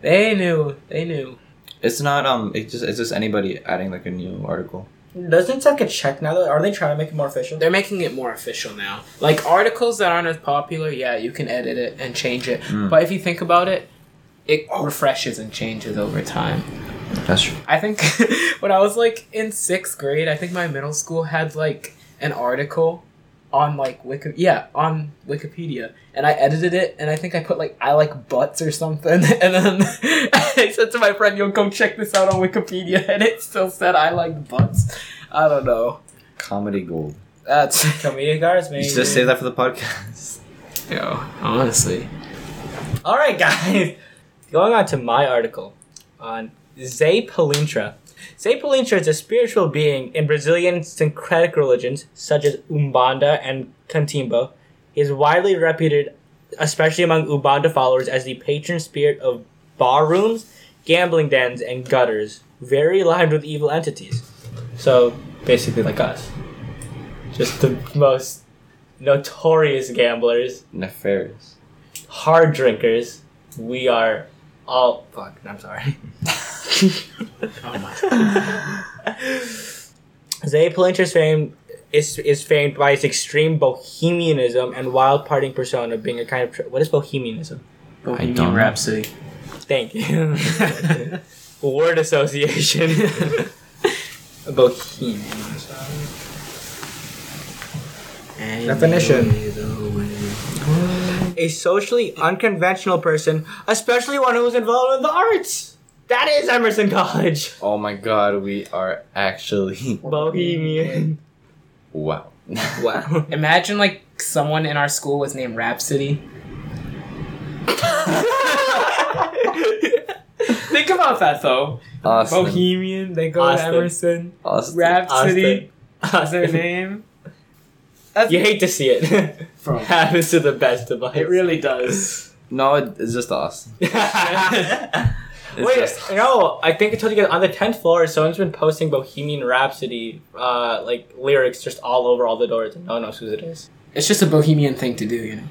Speaker 1: They knew. They knew.
Speaker 2: It's not um. It just it's just anybody adding like a new article.
Speaker 3: Doesn't it like a check now? Though? Are they trying to make it more official?
Speaker 1: They're making it more official now. Like articles that aren't as popular, yeah, you can edit it and change it. But if you think about it, it refreshes and changes over time.
Speaker 2: That's true.
Speaker 1: I think when I was like in sixth grade, I think my middle school had like an article on like Wiki, yeah, on Wikipedia, and I edited it, and I think I put like I like butts or something, and then I said to my friend, "Yo, go check this out on Wikipedia," and it still said I like butts. I don't know.
Speaker 2: Comedy gold.
Speaker 1: That's
Speaker 3: Comedic guards, maybe.
Speaker 2: You should just say that for the podcast.
Speaker 1: yo, honestly.
Speaker 3: All right, guys. Going on to my article on Zay Palintra. Zay Palintra is a spiritual being in Brazilian syncretic religions such as Umbanda and Cantimba. He is widely reputed, especially among Umbanda followers, as the patron spirit of bar rooms, gambling dens, and gutters, very aligned with evil entities. So basically, like us, just the most notorious gamblers
Speaker 2: Nefarious.
Speaker 3: hard drinkers, we are all fuck. I'm sorry.
Speaker 1: Oh my.
Speaker 3: Zay Palintra's fame is is famed by his extreme bohemianism and wild partying persona, being a kind of tr- what is bohemianism?
Speaker 1: Bohemian
Speaker 2: don't know.
Speaker 1: Rhapsody.
Speaker 3: Thank you. Word association. Bohemian. Definition. A socially unconventional person, especially one who is involved in the arts. That is Emerson College.
Speaker 2: Oh my god, we are actually
Speaker 3: Bohemian.
Speaker 2: wow.
Speaker 1: Wow. Imagine like someone in our school was named Rhapsody. Think about that though.
Speaker 2: Austin.
Speaker 1: Bohemian, they go
Speaker 3: Austin.
Speaker 1: to Emerson.
Speaker 2: Austin.
Speaker 1: Rhapsody is their
Speaker 3: Austin.
Speaker 1: name. That's,
Speaker 3: You hate to see it.
Speaker 1: Bro.
Speaker 3: Happens to the best of us.
Speaker 1: It really does.
Speaker 2: No, it, it's just Austin. It's
Speaker 3: Wait,
Speaker 2: just-
Speaker 3: no, I think I told you guys on the tenth floor. Someone's been posting Bohemian Rhapsody uh, like lyrics just all over all the doors, and no one knows who it is.
Speaker 4: It's just a bohemian thing to do, you know.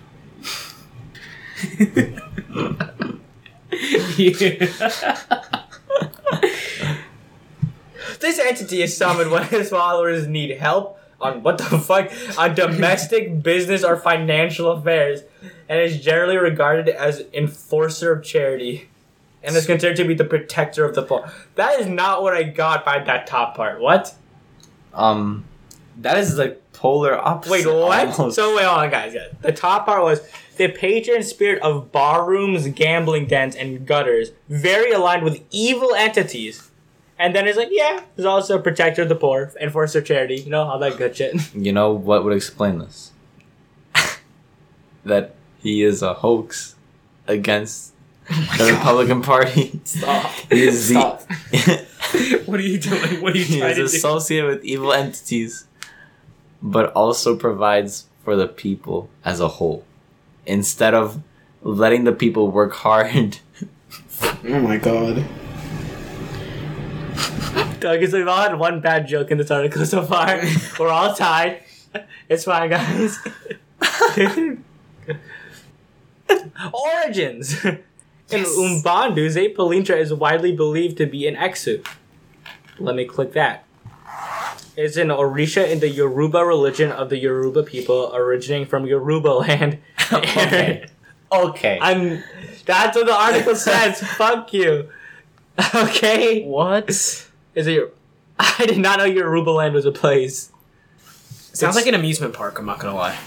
Speaker 3: This entity is summoned when his followers need help on what the fuck on domestic business or financial affairs, and is generally regarded as enforcer of charity, and is considered to be the protector of the poor. That is not what I got by that top part. What?
Speaker 2: um, that is like polar opposite.
Speaker 3: Wait, what?
Speaker 2: almost.
Speaker 3: So wait, hold on, guys, guys. The top part was the patron spirit of barrooms, gambling dens, and gutters, very aligned with evil entities. And then it's like, yeah, there's also a protector of the poor, enforcer of charity, you know, all that good shit.
Speaker 2: you know what would explain this? that he is a hoax against
Speaker 3: Oh
Speaker 2: the Republican Party.
Speaker 1: Stop.
Speaker 2: He is the.
Speaker 1: Stop. What are you doing? What are you
Speaker 2: he
Speaker 1: trying to
Speaker 2: is
Speaker 1: do?
Speaker 2: associated with evil entities, but also provides for the people as a whole. Instead of letting the people work hard,
Speaker 5: Oh my god.
Speaker 3: Doug, it's like we've all had one bad joke in this article so far. We're all tied. It's fine, guys. Origins. In Umbandu, Zay Palintra is widely believed to be an Exu. Let me click that. It's in Orisha in the Yoruba religion of the Yoruba people originating from Yoruba land.
Speaker 2: Okay. okay.
Speaker 3: I'm that's what the article says. Fuck you. Okay.
Speaker 1: What?
Speaker 3: Is it? Your, I did not know Yoruba Land was a place.
Speaker 1: Sounds like an amusement park, I'm not gonna lie.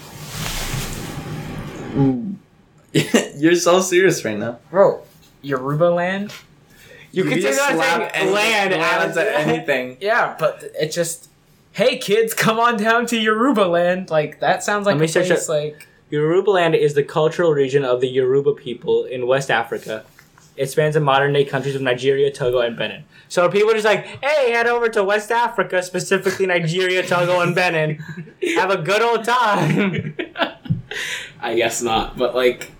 Speaker 2: You're so serious right now.
Speaker 1: Bro, Yoruba land?
Speaker 3: You, can say that saying land
Speaker 2: lands
Speaker 3: as
Speaker 2: at anything.
Speaker 1: Yeah, but it just Hey kids, come on down to Yoruba land. Like that sounds like
Speaker 3: Let me
Speaker 1: a
Speaker 3: search
Speaker 1: place like
Speaker 3: Yoruba Land is the cultural region of the Yoruba people in West Africa. It spans the modern day countries of Nigeria, Togo, and Benin. So people are just like, hey, head over to West Africa, specifically Nigeria, Togo, and Benin. Have a good old time.
Speaker 1: I guess not, but like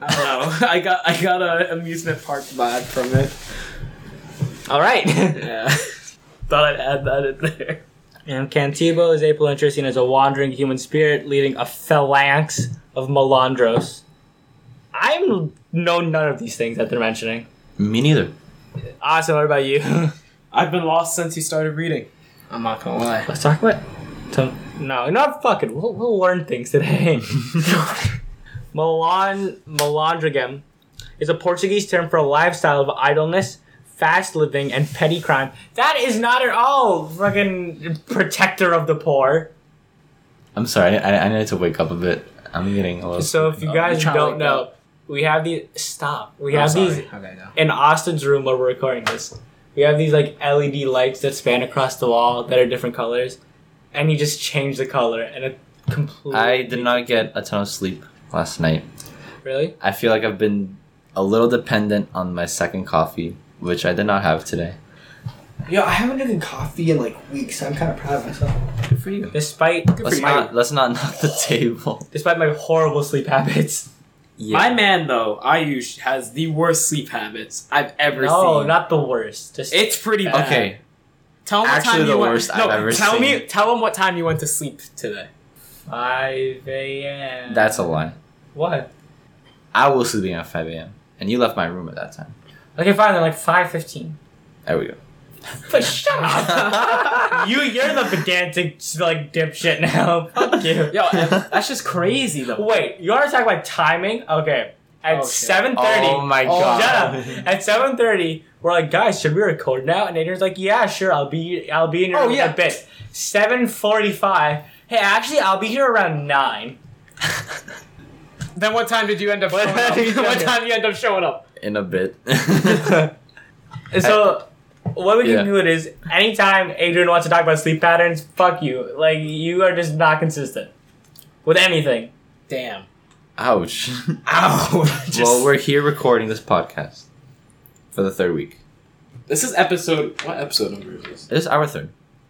Speaker 1: I don't know. I got I got a amusement park vibe from it.
Speaker 3: All right.
Speaker 1: Yeah. Thought I'd add that in there.
Speaker 3: And Cantibo is April and seen as a wandering human spirit leading a phalanx of Melandros. I know none of these things that they're mentioning.
Speaker 2: Me neither.
Speaker 3: Awesome, what about you?
Speaker 1: I've been lost since you started reading. I'm not gonna lie.
Speaker 3: Let's talk about some. No, not fucking. We'll, we'll learn things today. Milan, Melandragem is a Portuguese term for a lifestyle of idleness, fast living, and petty crime. That is not at all fucking protector of the poor.
Speaker 2: I'm sorry. I, I, I need to wake up a bit. I'm getting a little.
Speaker 3: So if you guys
Speaker 4: trying to
Speaker 3: don't
Speaker 4: wake
Speaker 3: know, we have these. Stop. We
Speaker 4: I'm
Speaker 3: have
Speaker 4: sorry.
Speaker 3: these
Speaker 4: Okay, no.
Speaker 3: in Austin's room where we're recording this. We have these like LED lights that span across the wall that are different colors, and he just changed the color and it completely.
Speaker 2: I did not get a ton of sleep last night.
Speaker 3: really.
Speaker 2: I feel like I've been a little dependent on my second coffee, which I did not have today.
Speaker 5: Yo, I haven't drinking coffee in like weeks. I'm kind of proud of myself.
Speaker 2: Good for you.
Speaker 3: Despite
Speaker 2: Let's not let's not knock the table.
Speaker 3: despite my horrible sleep habits.
Speaker 2: Yeah.
Speaker 1: My man though, Ayush, has the worst sleep habits I've ever
Speaker 3: No,
Speaker 1: seen.
Speaker 3: not the worst. Just
Speaker 1: it's pretty bad.
Speaker 2: okay.
Speaker 1: Tell him
Speaker 2: Actually
Speaker 1: what time
Speaker 2: the
Speaker 1: you went-
Speaker 2: worst I've
Speaker 1: no,
Speaker 2: ever
Speaker 1: tell me,
Speaker 2: seen.
Speaker 1: tell him what time you went to sleep today.
Speaker 3: five a.m.
Speaker 2: That's a lie.
Speaker 3: what.
Speaker 2: I was sleeping at 5 a.m. and you left my room at that time.
Speaker 3: Okay, fine. Then like five fifteen.
Speaker 2: There we go.
Speaker 3: But shut up. you you're the pedantic like dipshit now. Fuck you.
Speaker 1: Yo, that's just crazy though.
Speaker 3: Wait, you want to talk about timing? Okay,
Speaker 1: Oh,
Speaker 3: at
Speaker 1: shit.
Speaker 3: seven thirty.
Speaker 2: Oh my
Speaker 5: Oh,
Speaker 2: god.
Speaker 3: Shut up. At seven thirty, we're like, guys, should we record now? And Adrian's like, yeah, sure, I'll be, I'll be in your
Speaker 1: Oh,
Speaker 3: room in
Speaker 1: yeah.
Speaker 3: a bit. Seven forty-five. Hey, actually, I'll be here around nine.
Speaker 1: Then what time did you end up?
Speaker 3: What,
Speaker 1: showing up?
Speaker 3: what time you end up showing up?
Speaker 2: In a bit.
Speaker 3: And so, what we
Speaker 2: Yeah.
Speaker 3: can do it is, anytime Adrian wants to talk about sleep patterns, fuck you. Like you are just not consistent with anything.
Speaker 1: Damn.
Speaker 2: Ouch.
Speaker 1: Ow. Just,
Speaker 2: Well, we're here recording this podcast. for the third week.
Speaker 1: This is episode. What episode number is this?
Speaker 2: This is our third.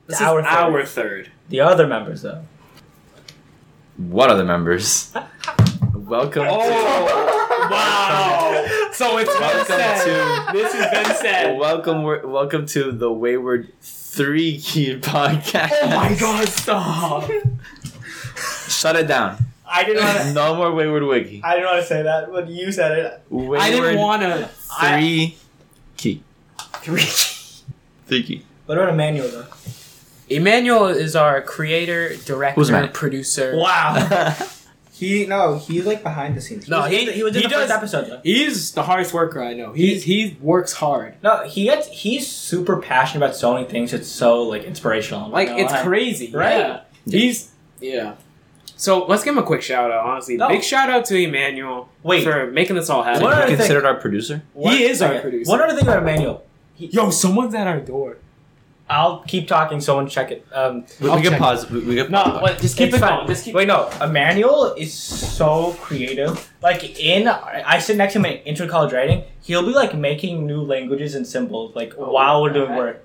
Speaker 1: This
Speaker 3: Our
Speaker 1: is
Speaker 3: third.
Speaker 1: our third.
Speaker 3: The other members, though.
Speaker 2: What are the members? Welcome.
Speaker 1: Oh, wow! So it's been
Speaker 2: Welcome
Speaker 1: said.
Speaker 2: to-
Speaker 1: This has been said.
Speaker 2: Welcome, welcome to the Wayward Three Key Podcast.
Speaker 1: Oh my god, stop!
Speaker 2: Shut it down.
Speaker 3: I didn't want to.
Speaker 2: No more Wayward Wiki.
Speaker 3: I didn't want to say that, but you said it.
Speaker 2: Wayward
Speaker 1: I didn't wanna.
Speaker 2: Three Key.
Speaker 1: Three.
Speaker 2: Three Key.
Speaker 3: What about Emmanuel though?
Speaker 4: Emmanuel is our creator, director,
Speaker 2: Who's Matt?
Speaker 4: producer.
Speaker 3: Wow.
Speaker 5: He no, he's like behind the scenes.
Speaker 1: No, he-
Speaker 3: he was in
Speaker 1: he
Speaker 3: the first
Speaker 1: does-
Speaker 3: episode though.
Speaker 1: He's the hardest worker I know. He's he works hard.
Speaker 3: No, he gets he's super passionate about so many things. It's so like inspirational.
Speaker 1: Like
Speaker 3: No,
Speaker 1: it's
Speaker 3: I-
Speaker 1: crazy,
Speaker 3: Right.
Speaker 1: Yeah. He's yeah. So let's give him a quick shout out. Honestly,
Speaker 3: No.
Speaker 1: big shout out to Emmanuel
Speaker 3: Wait.
Speaker 1: for making this all happen.
Speaker 3: What
Speaker 2: Are
Speaker 3: other
Speaker 2: you
Speaker 3: thing-
Speaker 2: considered our producer?
Speaker 3: One-
Speaker 1: is our
Speaker 3: okay.
Speaker 1: producer.
Speaker 3: One other thing about Emmanuel.
Speaker 1: Yo, someone's at our door.
Speaker 3: I'll keep talking. Someone check it. Um,
Speaker 2: We,
Speaker 1: I'll
Speaker 2: we can
Speaker 1: check.
Speaker 2: pause. We, we can
Speaker 1: No, wait, just keep
Speaker 3: It's
Speaker 1: it
Speaker 3: fine.
Speaker 1: going. Just keep.
Speaker 3: Wait, no. Emmanuel is so creative. Like in, I sit next to him in intro college writing. He'll be like making new languages and symbols, like
Speaker 1: Oh,
Speaker 3: while we're doing work.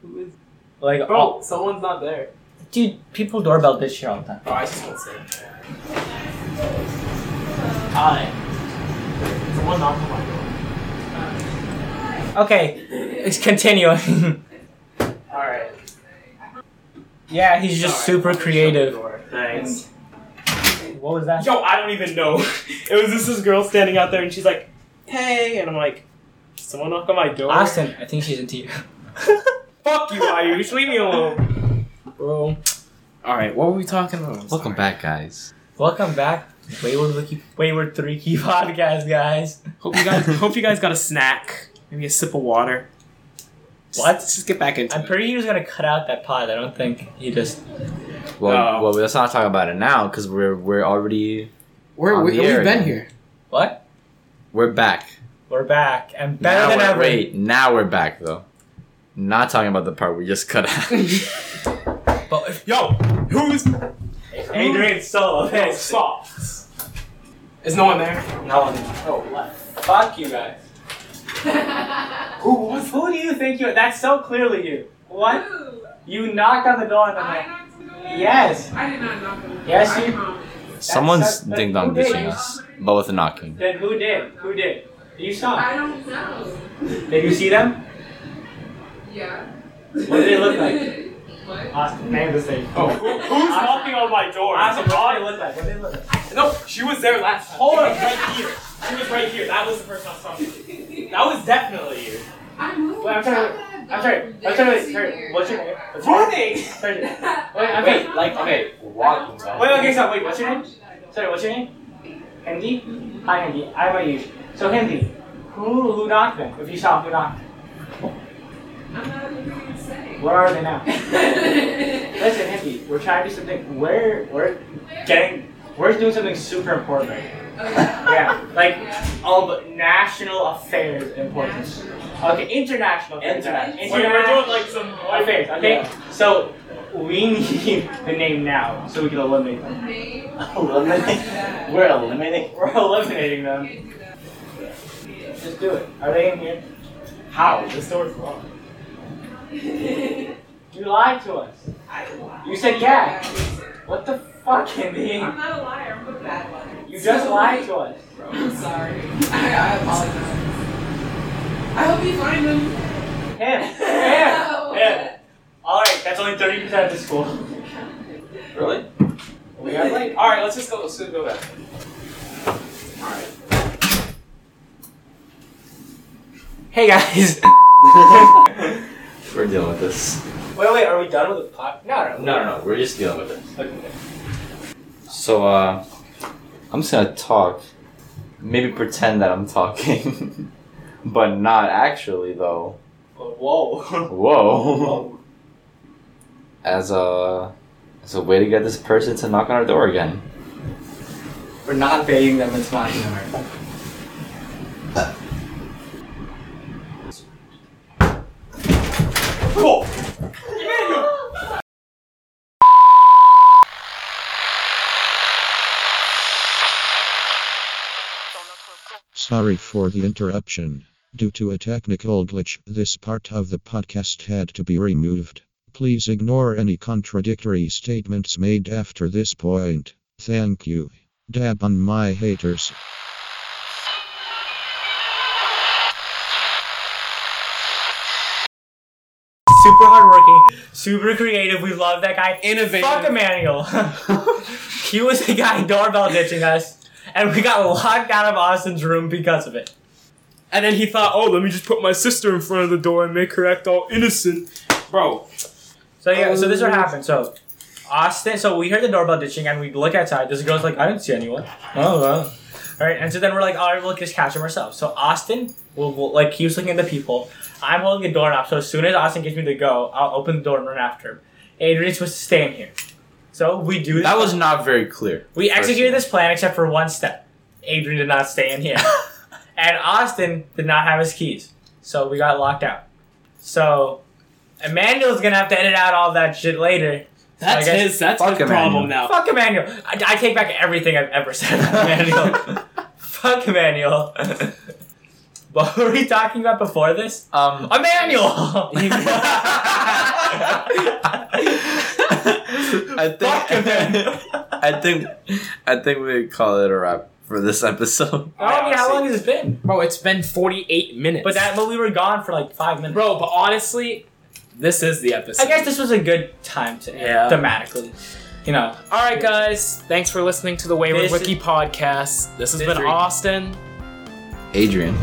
Speaker 3: Like, oh,
Speaker 1: someone's not there.
Speaker 3: dude, people doorbell this shit all the time.
Speaker 1: Oh, I just want to say. Hi. Someone knocked on my door.
Speaker 3: Okay, it's continuing.
Speaker 1: All right.
Speaker 3: yeah, he's just super creative.
Speaker 1: Thanks.
Speaker 3: What was that?
Speaker 1: Yo, I don't even know. It was just this girl standing out there, and she's like, "Hey," and I'm like, "Someone knock on my door."
Speaker 3: Austin, I think she's into you.
Speaker 1: Fuck you, Ayush. Leave me alone, bro. All right, what were we talking about? I'm
Speaker 2: Welcome
Speaker 1: sorry.
Speaker 2: back, guys.
Speaker 3: Welcome back, Wayward Wiki, Wayward Three Key Podcast, guys.
Speaker 1: Hope you guys, hope you guys got a snack, maybe a sip of water.
Speaker 3: What?
Speaker 1: Let's just get back into
Speaker 3: I'm
Speaker 1: it.
Speaker 3: pretty he was gonna cut out that pod. I don't think he just.
Speaker 2: Well,
Speaker 1: Oh.
Speaker 2: well, let's not talk about it now because we're we're already
Speaker 4: Where
Speaker 2: On
Speaker 4: we,
Speaker 2: the
Speaker 4: we've
Speaker 2: air
Speaker 4: been
Speaker 2: again.
Speaker 4: here.
Speaker 3: What?
Speaker 2: we're back.
Speaker 3: We're back and better
Speaker 2: now
Speaker 3: than
Speaker 2: we're,
Speaker 3: ever.
Speaker 2: Wait, now we're back though. Not talking about the part we just cut out.
Speaker 3: But
Speaker 1: Yo, who's
Speaker 3: Adrian Solo,
Speaker 1: hey,
Speaker 3: thanks.
Speaker 1: stop? Is no one there?
Speaker 3: No one.
Speaker 1: Oh, left.
Speaker 3: Fuck you guys.
Speaker 1: Who was?
Speaker 3: Who do you think you? That's so clearly you. What? You knocked on the door and
Speaker 6: I
Speaker 3: I'm like,
Speaker 6: knocked on the door?
Speaker 3: yes.
Speaker 6: I did not knock on the door.
Speaker 3: Yes,
Speaker 6: I
Speaker 3: you-
Speaker 6: promise.
Speaker 2: Someone's
Speaker 3: that's-
Speaker 2: ding dong
Speaker 3: that's-
Speaker 2: dishing us, but with a knocking.
Speaker 3: Then who did? Who did? You saw.
Speaker 6: I don't know.
Speaker 3: Did you see them?
Speaker 6: Yeah.
Speaker 3: What did they look like?
Speaker 6: What?
Speaker 3: Austin, name the thing.
Speaker 1: Oh, who, who's knocking on my door?
Speaker 3: Austin, what did they look like? What did they look like?
Speaker 1: No, she was there last. Time. Hold on, right here. She was right here. That was the first time I saw her. That was definitely you.
Speaker 6: I moved.
Speaker 3: Wait, I'm sorry, wait, I'm sorry. I'm sorry. Sorry. What's your name? What's your name?
Speaker 1: Running.
Speaker 3: Sorry. Wait,
Speaker 6: Wait,
Speaker 3: I'm sorry. Like,
Speaker 2: okay,
Speaker 3: Wait, okay, so wait, what's your name? Sorry, what's your name? Hindi? Hi, Hindi. I'm Ayush. So, Hindi, who, who knocked them? If you saw who knocked,
Speaker 6: I'm not even gonna say.
Speaker 3: where are they now? Listen, Hindi, we're trying to do something. We're, we're getting, we're doing something super important right now.
Speaker 6: Oh,
Speaker 3: Yeah, like all but national affairs importance. Okay, international. International.
Speaker 1: Wait, we're doing like some.
Speaker 3: affairs, okay? So, we need the name now so we can eliminate them. Eliminate? We're eliminating? We're eliminating them. Just do it. Are they in here?
Speaker 1: How? This door's locked.
Speaker 3: You lied to us. You said yeah. What the fuck, Hindi?
Speaker 6: I'm not a liar. I'm a bad liar.
Speaker 3: You just lied to us.
Speaker 6: I'm sorry. I, I apologize. I hope you find them.
Speaker 3: Him. Him. Him. Alright, that's only 30% of the school.
Speaker 1: Really?
Speaker 3: We are late.
Speaker 1: All right, let's just go. Let's just go back. All right.
Speaker 3: Hey guys.
Speaker 2: We're dealing with this.
Speaker 3: Wait, wait, are we done with the plot? No,
Speaker 2: No, no, no. We're just dealing with it.
Speaker 3: Okay.
Speaker 2: So, uh, I'm just gonna talk. Maybe pretend that I'm talking, but not actually though.
Speaker 3: Whoa.
Speaker 2: Whoa. As a, as a way to get this person to knock on our door again.
Speaker 3: We're not paying them, it's not them.
Speaker 1: Cool.
Speaker 7: Sorry for the interruption. Due to a technical glitch, this part of the podcast had to be removed. Please ignore any contradictory statements made after this point. Thank you. Dab on my haters.
Speaker 3: Super hardworking, super creative. We love that guy.
Speaker 1: Innovative.
Speaker 3: Fuck Emmanuel. he was the guy doorbell ditching us, and we got locked out of Austin's room because of it.
Speaker 1: And then he thought, oh, let me just put my sister in front of the door and make her act all innocent. Bro,
Speaker 3: So yeah, so this is what happened. So Austin, so we heard the doorbell ditching, and we look outside. This girl's like, I didn't see anyone. Oh, wow. All right, and so then we're like, all right, we'll just catch him ourselves. So Austin, will will like, he was looking at the people. I'm holding the doorknob, so as soon as Austin gives me the go, I'll open the door and run after him. Adrian's supposed to stay in here. So we do this.
Speaker 2: That was not very clear.
Speaker 3: We executed
Speaker 2: Personally.
Speaker 3: this plan except for one step. Adrian did not stay in here. and Austin did not have his keys. So we got locked out. So Emmanuel's gonna have to edit out all that shit later.
Speaker 1: that's
Speaker 3: I guess-
Speaker 1: his. That's
Speaker 2: fuck
Speaker 1: his
Speaker 2: Emmanuel.
Speaker 1: problem now.
Speaker 3: Fuck Emmanuel. I, I take back everything I've ever said about Emmanuel. Fuck Emmanuel. what were we talking about before this?
Speaker 2: Um,
Speaker 3: Emmanuel!
Speaker 2: I
Speaker 3: Fuck
Speaker 2: think
Speaker 3: Emmanuel.
Speaker 2: I think I think we call it a wrap for this episode.
Speaker 3: I don't mean, how long has it been?
Speaker 1: Bro, it's been 48 minutes.
Speaker 3: But that, but we were gone for like five minutes.
Speaker 1: Bro, but honestly, this is the episode.
Speaker 3: I guess this was a good time to end
Speaker 1: Yeah.
Speaker 3: thematically. You know,
Speaker 1: All right, guys. Thanks for listening to the Wayward
Speaker 3: This is-
Speaker 1: Wiki podcast. This has
Speaker 3: This
Speaker 1: been
Speaker 3: is-
Speaker 1: Austin.
Speaker 2: Adrian.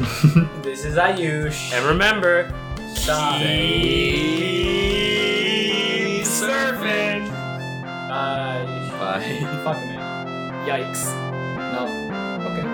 Speaker 3: this is Ayush.
Speaker 1: And remember,
Speaker 3: Stop.
Speaker 1: keep surfing.
Speaker 3: Bye.
Speaker 2: Bye.
Speaker 3: uh, Fuck it, man.
Speaker 1: Yikes.
Speaker 2: No. Okay.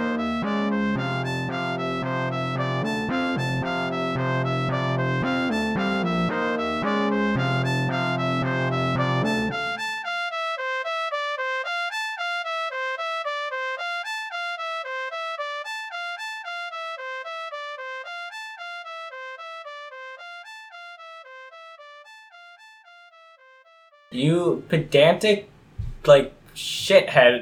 Speaker 3: You pedantic, like, shithead.